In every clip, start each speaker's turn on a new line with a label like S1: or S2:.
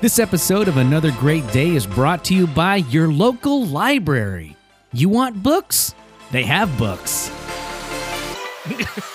S1: This episode of Another Great Day is brought to you by your local library. You want books? They have books.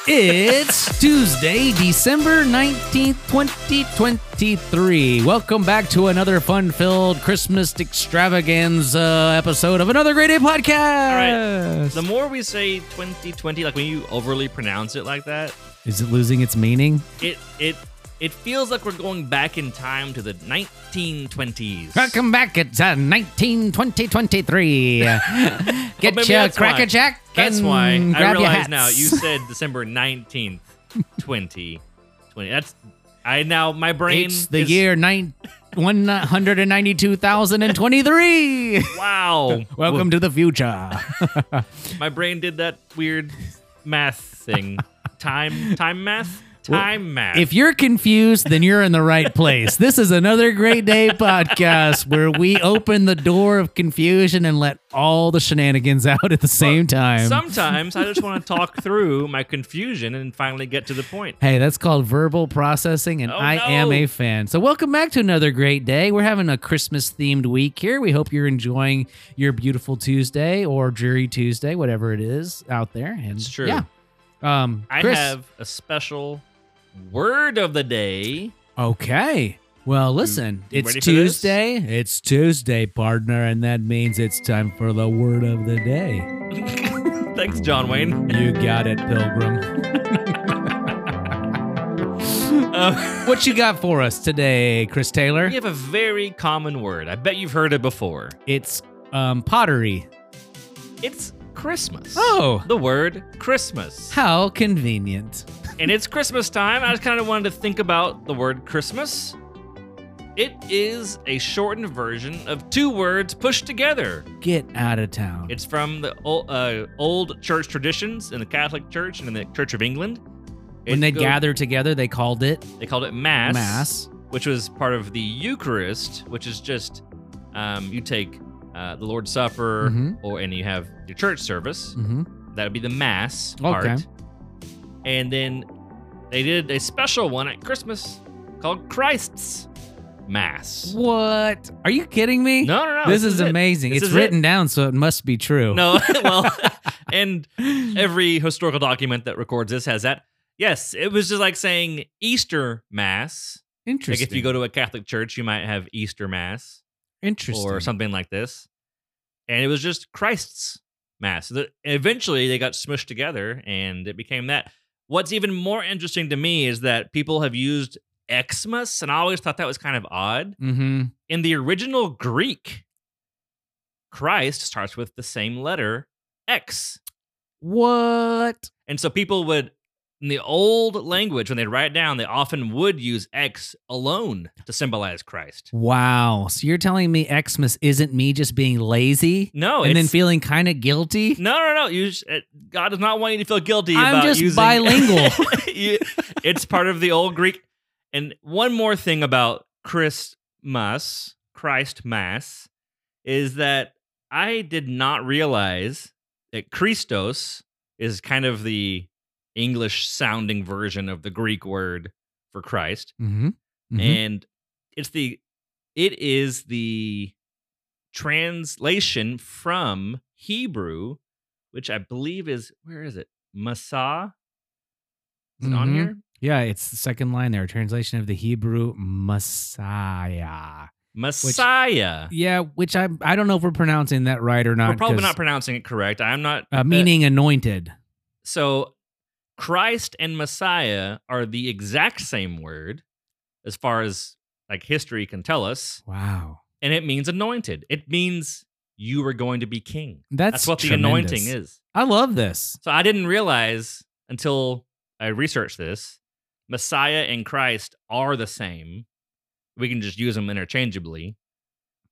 S1: it's Tuesday, December 19th, 2023. Welcome back to another fun filled Christmas extravaganza episode of Another Great Day podcast.
S2: The more we say 2020, like when you overly pronounce it like that,
S1: Is it losing its meaning?
S2: it it it feels like we're going back in time to the 1920s.
S1: Welcome back. It's uh, 19, 2023. Get
S2: maybe
S1: your
S2: that's why.
S1: cracker jack.
S2: That's
S1: and
S2: why I
S1: grab your
S2: realize
S1: hats.
S2: now. You said December 19th, 2020. That's I now my brain.
S1: It's the
S2: is-
S1: year nine, 192,023.
S2: Wow.
S1: Welcome to the future.
S2: My brain did that weird math thing. time time math. Time math.
S1: If you're confused, then you're in the right place. This is another great day podcast where we open the door of confusion and let all the shenanigans out at the same time.
S2: Sometimes I just want to talk through my confusion and finally get to the point.
S1: Hey, that's called verbal processing, and
S2: Oh,
S1: I am
S2: no.
S1: a fan. So, welcome back to another great day. We're having a Christmas themed week here. We hope you're enjoying your beautiful Tuesday or dreary Tuesday, whatever it is out there. And
S2: It's true.
S1: Yeah. Um,
S2: I
S1: Chris.
S2: have a special word of the day.
S1: Okay. Well, listen,
S2: you
S1: it's
S2: ready for this?
S1: Tuesday. It's Tuesday, partner, and that means it's time for the word of the day.
S2: Thanks, John Wayne.
S1: You got it, Pilgrim.
S2: Uh,
S1: What you got for us today, Chris Taylor?
S2: we have a very common word. I bet you've heard it before.
S1: It's um, pottery.
S2: It's Christmas.
S1: Oh.
S2: The word Christmas.
S1: How convenient.
S2: and it's Christmas time. I just kind of wanted to think about the word Christmas. It is a shortened version of two words pushed together.
S1: Get out of town.
S2: It's from the old, uh, old church traditions in the Catholic Church and in the Church of England.
S1: when
S2: It
S1: they
S2: go-
S1: gathered together, they called it
S2: they called it
S1: mass.
S2: which was part of the Eucharist, which is just um, you take uh, the Lord's Supper,
S1: Mhm.
S2: or and you have your church service.
S1: hmm
S2: That would be the Mass part.
S1: Okay.
S2: And then they did a special one at Christmas called Christ's Mass.
S1: What? Are you kidding me?
S2: No, no, no.
S1: this, is,
S2: it.
S1: amazing.
S2: This
S1: it's
S2: is it.
S1: written down, so it must be true.
S2: No, well, and every historical document that records this has that. Yes, it was just like saying Easter Mass. Like
S1: Interesting.
S2: if you go to a Catholic church, you might have Easter Mass.
S1: Interesting.
S2: or something like this. And it was just Christ's mass. The- Eventually, they got smushed together and it became that. What's even more interesting to me is that people have used Xmas, and I always thought that was kind of odd.
S1: Mm-hmm.
S2: In the original Greek, Christ starts with the same letter, X.
S1: What?
S2: And so people would, in the old language, when they write it down, they often would use X alone to symbolize Christ.
S1: Wow. So you're telling me Xmas isn't me just being lazy
S2: No,
S1: and then
S2: it's-
S1: feeling kind of guilty?
S2: No, no, no. You just, uh, God does not want you to feel guilty
S1: I'm
S2: about
S1: just
S2: using
S1: bilingual.
S2: You- it's part of the old Greek. And one more thing about Christmas, Christ Mass, is that I did not realize that Christos is kind of the English sounding version of the Greek word for Christ.
S1: Mm-hmm.
S2: And it's the it is the translation from Hebrew, which I believe is where is it? Masa? Is it on
S1: Mhm.
S2: here?
S1: Yeah, it's the second line there. Translation of the Hebrew Messiah.
S2: Messiah.
S1: Yeah, which I I don't know if we're pronouncing that right or not.
S2: We're probably
S1: 'cause,
S2: not pronouncing it correct. I'm not
S1: uh, meaning anointed.
S2: so Christ and Messiah are the exact same word as far as like history can tell us,
S1: Wow.
S2: and it means anointed. It means you were going to be king.
S1: That's,
S2: That's, what
S1: tremendous.
S2: the anointing is.
S1: I love this.
S2: So I didn't realize until I researched this, Messiah and Christ are the same. We can just use them interchangeably.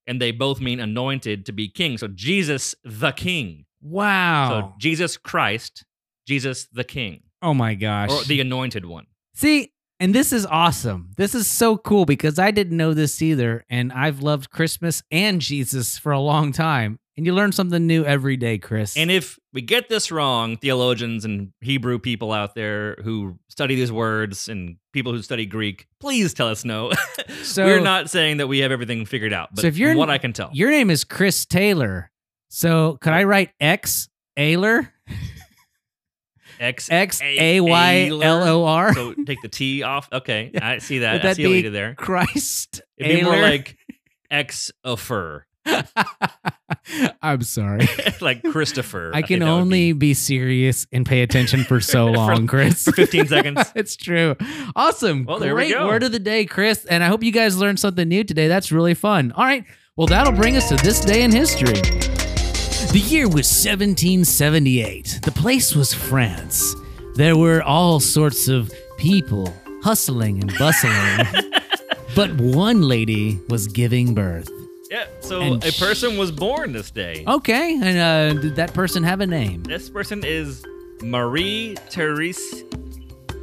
S2: And they both mean anointed to be king. So Jesus the king. So
S1: Wow.
S2: Jesus Christ, Jesus the king,
S1: oh my gosh.
S2: or the anointed one.
S1: See, and this is awesome. This is so cool because I didn't know this either, and I've loved Christmas and Jesus for a long time. And you learn something new every day, Chris.
S2: And if we get this wrong, theologians and Hebrew people out there who study these words and people who study Greek, please tell us no.
S1: So-
S2: We're not saying that we have everything figured out, but
S1: So if you're
S2: from
S1: in-
S2: what I can tell.
S1: Your name is Chris Taylor. So could I write X Ayler?
S2: X
S1: X A Y L O R?
S2: So take the T off. Okay, I see that.
S1: Would
S2: I
S1: that
S2: see a
S1: be-
S2: leader there.
S1: Christ
S2: It'd be more
S1: Ayler?
S2: like X a fur,
S1: I'm sorry.
S2: like Christopher.
S1: I
S2: think
S1: can
S2: that would
S1: only
S2: be-
S1: be serious and pay attention for so
S2: For-
S1: long, Chris.
S2: for 15 seconds.
S1: it's true. Awesome.
S2: Well, there we
S1: Great
S2: go.
S1: word of the day, Chris. And I hope you guys learned something new today. That's really fun. All right. Well, that'll bring us to this day in history. The year was 1778. The place was France. There were all sorts of people hustling and bustling. but one lady was giving birth.
S2: Yeah. So
S1: and
S2: a
S1: sh- Oh.
S2: person was born this day.
S1: Okay. And uh, did that person have a name?
S2: This person is Marie Therese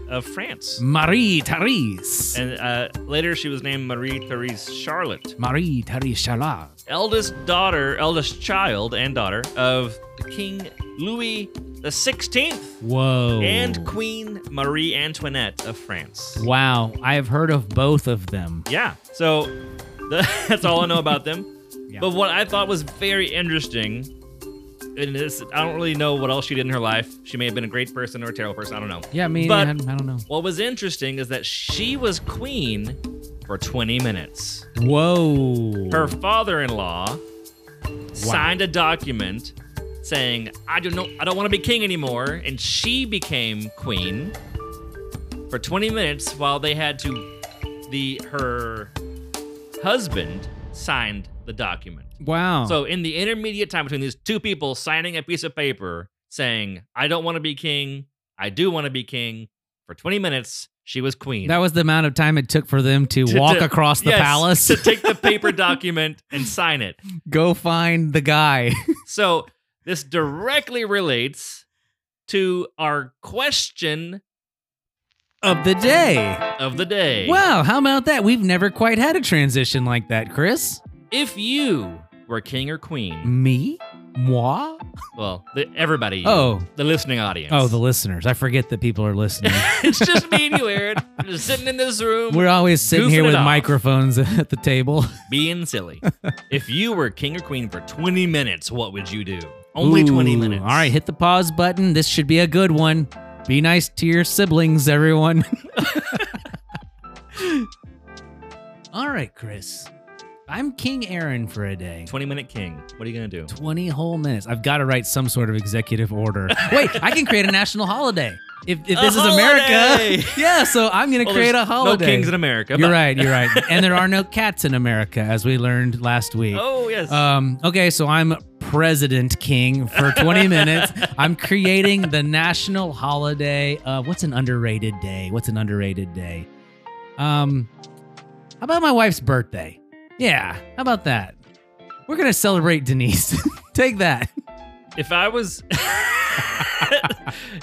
S2: of France.
S1: Marie Therese.
S2: And uh, later she was named Marie Therese Charlotte,
S1: Marie Therese Charlotte.
S2: eldest daughter, eldest child and daughter of King Louis the 16th
S1: Whoa.
S2: and Queen Marie Antoinette of France.
S1: Wow, I have heard of both of them.
S2: Yeah. So the, that's all I know about them.
S1: Yeah.
S2: But what I thought was very interesting, and this, I don't really know what else she did in her life. She may have been a great person or a terrible person. I don't know.
S1: Yeah, I mean,
S2: But-
S1: I, I don't know.
S2: What was interesting is that she was queen for 20 minutes.
S1: Whoa.
S2: Her father in law signed a document saying, I don't know I don't want to be king anymore, and she became queen for 20 minutes while they had to the her husband signed the document.
S1: Wow.
S2: So in the intermediate time between these two people signing a piece of paper saying, I don't want to be king, I do want to be king, for 20 minutes, she was queen.
S1: that was the amount of time it took for them to,
S2: To-
S1: walk
S2: to-
S1: across the
S2: Yes,
S1: palace,
S2: to take the paper document and sign it.
S1: go find the guy.
S2: So this directly relates to our question
S1: Of the day.
S2: of the day.
S1: Wow, how about that? We've never quite had a transition like that, Chris.
S2: if you were king or
S1: Mm.
S2: queen,
S1: Me? Moi?
S2: well, the, everybody,
S1: Oh.
S2: the listening audience.
S1: Oh, the listeners. I forget that people are listening.
S2: it's just me and you, Aaron, just sitting in this room,
S1: We're always sitting here
S2: Goofing it
S1: with
S2: off.
S1: microphones at the table.
S2: being silly. if you were king or queen for 20 minutes, what would you do? Only 20
S1: Ooh.
S2: minutes.
S1: All right, hit the pause button. This should be a good one. Be nice to your siblings, everyone. All right, Chris. I'm King Aaron for a day.
S2: 20 minute king. What are you going to do?
S1: 20 whole minutes. I've got to write some sort of executive order. Wait, I can create a national holiday. If, if
S2: A
S1: this is
S2: holiday!
S1: America. Yeah, so I'm going to
S2: Well,
S1: create a
S2: there's
S1: holiday.
S2: No kings in America.
S1: you're
S2: but-
S1: right, you're right. and there are no cats in America, as we learned last week.
S2: Oh, yes.
S1: Um, okay, so I'm President King for 20 minutes. I'm creating the national holiday. Uh, what's an underrated day? What's an underrated day? Um, how about my wife's birthday? Yeah, how about that? We're gonna celebrate Denise. Take that.
S2: if I was.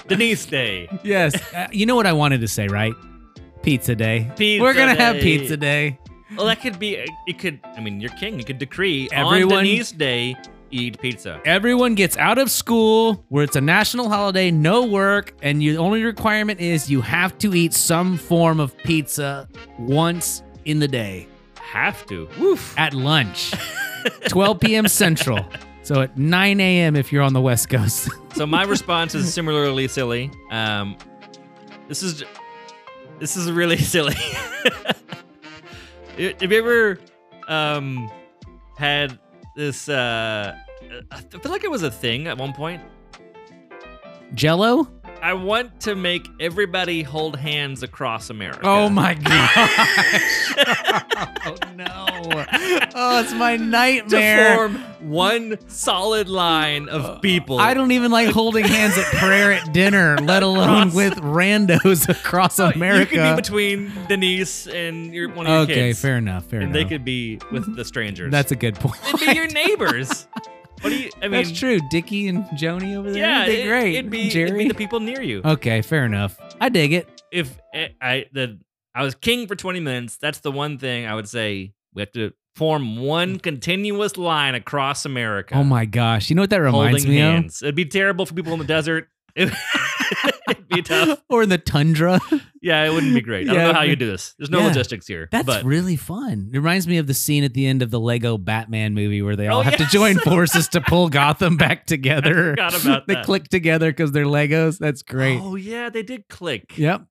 S2: Denise Day.
S1: Yes. Uh, you know what I wanted to say, right? Pizza day.
S2: Pizza
S1: We're gonna have
S2: day.
S1: pizza day.
S2: Well, that could be. uh, It could. I mean, you're king. You could decree
S1: Everyone-
S2: on Denise Day, eat pizza.
S1: Everyone gets out of school where it's a national holiday, no work, and your only requirement is you have to eat some form of pizza once in the day
S2: Have to. Woof.
S1: at lunch, 12 p.m. Central. So at 9 a.m. if you're on the West Coast.
S2: So my response is similarly silly. Um, this is. This is really silly. Have you ever, um, had this? Uh, I feel like it was a thing at one point.
S1: Jello?
S2: I want to make everybody hold hands across America.
S1: Oh my gosh. oh no. Oh, it's my
S2: to
S1: nightmare.
S2: form one solid line of people.
S1: Uh, I don't even like holding hands at prayer at dinner, let alone
S2: Across-
S1: with randos across America.
S2: You could be between Denise and your one of your
S1: Okay,
S2: kids.
S1: fair enough. Fair
S2: And
S1: enough.
S2: they could be with the strangers.
S1: That's a good point.
S2: It'd be your neighbors. what do you? I mean,
S1: That's true. Dickie and Joni over there.
S2: Yeah,
S1: they're
S2: it,
S1: great.
S2: It'd be,
S1: Jerry. Uh,
S2: it'd be the people near you. eh,
S1: okay, fair enough. I dig it.
S2: If I, I the I was king for 20 minutes, that's the one thing I would say. We have to form one continuous line across America.
S1: Mm. Oh my gosh. You know what that reminds
S2: holding
S1: me of?
S2: hands. It'd be terrible for people in the desert. It'd be tough.
S1: or in the tundra.
S2: Yeah, it wouldn't be great. I
S1: Yeah,
S2: don't know how
S1: it'd
S2: you
S1: be-
S2: do this. There's no
S1: Yeah.
S2: logistics here.
S1: That's
S2: but
S1: really fun. It reminds me of the scene at the end of the Lego Batman movie where they all
S2: Oh,
S1: have
S2: yes.
S1: to join forces to pull Gotham back together.
S2: forgot about
S1: they
S2: that.
S1: click together because they're Legos. That's great.
S2: Oh yeah, they did click.
S1: Yep.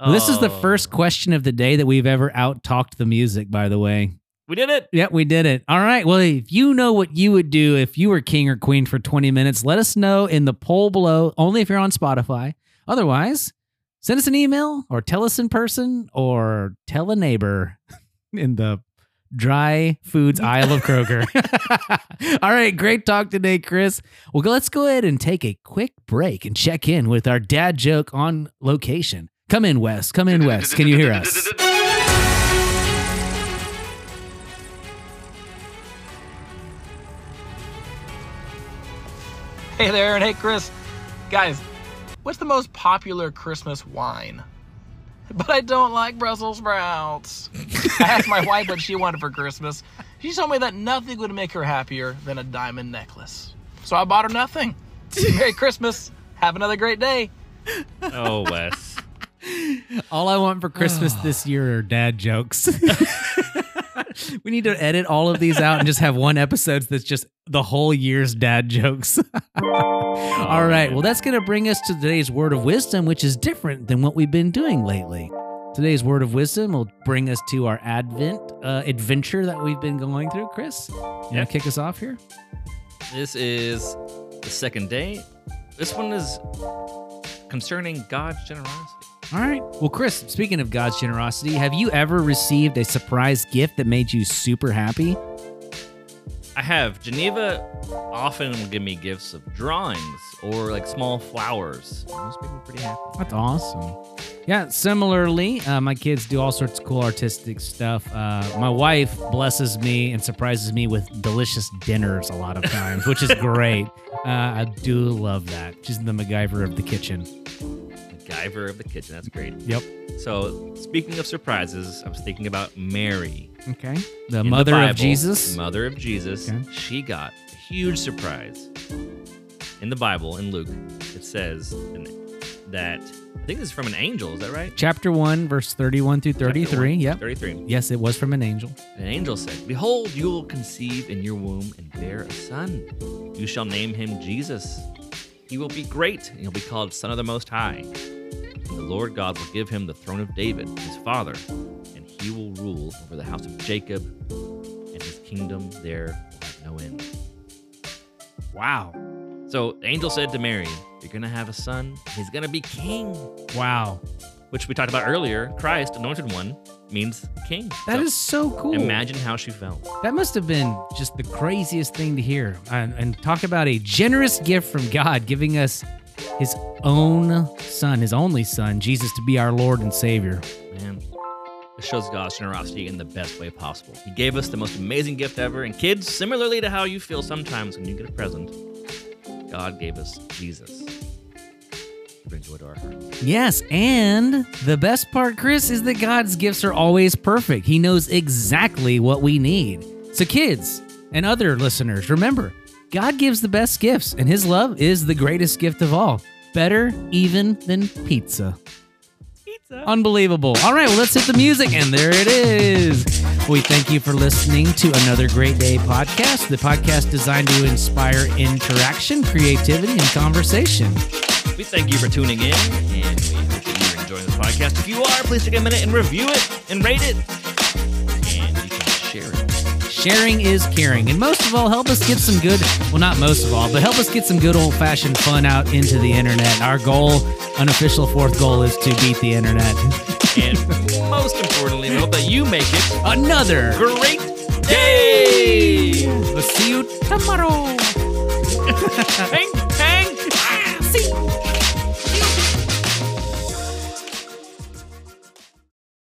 S1: Well, This is the
S2: Oh.
S1: first question of the day that we've ever out talked the music, by the way.
S2: We did it.
S1: Yep, we did it. All right. Well, if you know what you would do if you were king or queen for 20 minutes, let us know in the poll below, only if you're on Spotify. Otherwise, send us an email or tell us in person or tell a neighbor in the dry foods aisle of Kroger. All right. Great talk today, Chris. Well, go- let's go ahead and take a quick break and check in with our dad joke on location. Come in, Wes. Come in, Wes. Can you hear us?
S3: Hey there, and hey, Chris. Guys, what's the most popular Christmas wine? But I don't like Brussels sprouts. I asked my wife what she wanted for Christmas. She told me that nothing would make her happier than a diamond necklace. So I bought her nothing. Merry Christmas. Have another great day.
S2: Oh Wes.
S1: All I want for Christmas this year are dad jokes. we need to edit all of these out and just have one episode that's just the whole year's dad jokes.
S2: Oh,
S1: all right. Well, that's going to bring us to today's word of wisdom, which is different than what we've been doing lately. Today's word of wisdom will bring us to our Advent uh, adventure that we've been going through. Chris, you
S2: Yeah.
S1: want to kick us off here?
S2: This is the second day. This one is concerning God's generosity.
S1: All right. Well, Chris, speaking of God's generosity, have you ever received a surprise gift that made you super happy?
S2: I have. Geneva often will give me gifts of drawings or like small flowers. Those make me pretty happy.
S1: That's awesome. Yeah, similarly, uh, my kids do all sorts of cool artistic stuff. Uh, my wife blesses me and surprises me with delicious dinners a lot of times, which is great. Uh, I do love that. She's the MacGyver of the kitchen.
S2: MacGyver of the kitchen. That's great.
S1: Yep.
S2: So speaking of surprises, I was thinking about Mary,
S1: Okay. The
S2: in
S1: mother of
S2: Bible,
S1: Jesus.
S2: Mother of Jesus.
S1: Okay.
S2: She got a huge surprise. In the Bible, in Luke, it says in- that I think this is from an angel. Is that right?
S1: Chapter 1, verse 31 through 33.
S2: Yeah.
S1: Yep.
S2: Thirty-three.
S1: Yes, it was from an angel.
S2: An angel said, Behold, you will conceive in your womb and bear a son. You shall name him Jesus. He will be great, and he'll be called Son of the Most High. And the Lord God will give him the throne of David, his father, and he will rule over the house of Jacob, and his kingdom there will have no end.
S1: Wow.
S2: So, the angel said to Mary, You're going to have a son, and he's going to be king,
S1: Wow.
S2: which we talked about earlier. Christ, anointed one, means king.
S1: That is so cool.
S2: Imagine how she felt.
S1: That must have been just the craziest thing to hear. And, and talk about a generous gift from God giving us his own son, his only son, Jesus, to be our Lord and Savior.
S2: Man, this shows God's generosity in the best way possible. He gave us the most amazing gift ever, and kids, similarly to how you feel sometimes when you get a present, God gave us Jesus. Bring joy to our hearts.
S1: Yes, and the best part, Chris, is that God's gifts are always perfect. He knows exactly what we need. So, kids and other listeners, remember God gives the best gifts, and his love is the greatest gift of all. Better even than pizza. Unbelievable. All right, well, let's hit the music, and there it is. We thank you for listening to another Great Day podcast, the podcast designed to inspire interaction, creativity, and conversation.
S2: We thank you for tuning in, and we hope that you're enjoying this podcast. If you are, please take a minute and review it and rate it, and you can share it.
S1: Sharing is caring, and most of all, help us get some good, well, not most of all, but help us get some good old fashioned fun out into the internet. Our goal, unofficial fourth goal, is to beat the internet.
S2: And most importantly, we hope that you make it
S1: Another
S2: a great day!
S1: We'll see you tomorrow.
S2: Bang, bang!
S1: See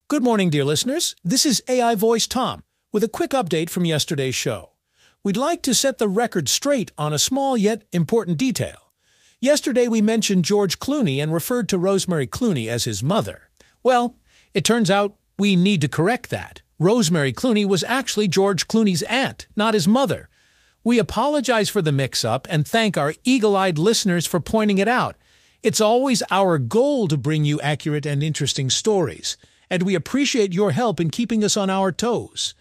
S4: Good morning, dear listeners. This is AI Voice Tom with a quick update from yesterday's show. We'd like to set the record straight on a small yet important detail. Yesterday, we mentioned George Clooney and referred to Rosemary Clooney as his mother. Well, it turns out we need to correct that. Rosemary Clooney was actually George Clooney's aunt, not his mother. We apologize for the mix up and thank our eagle eyed listeners for pointing it out. It's always our goal to bring you accurate and interesting stories, and we appreciate your help in keeping us on our toes.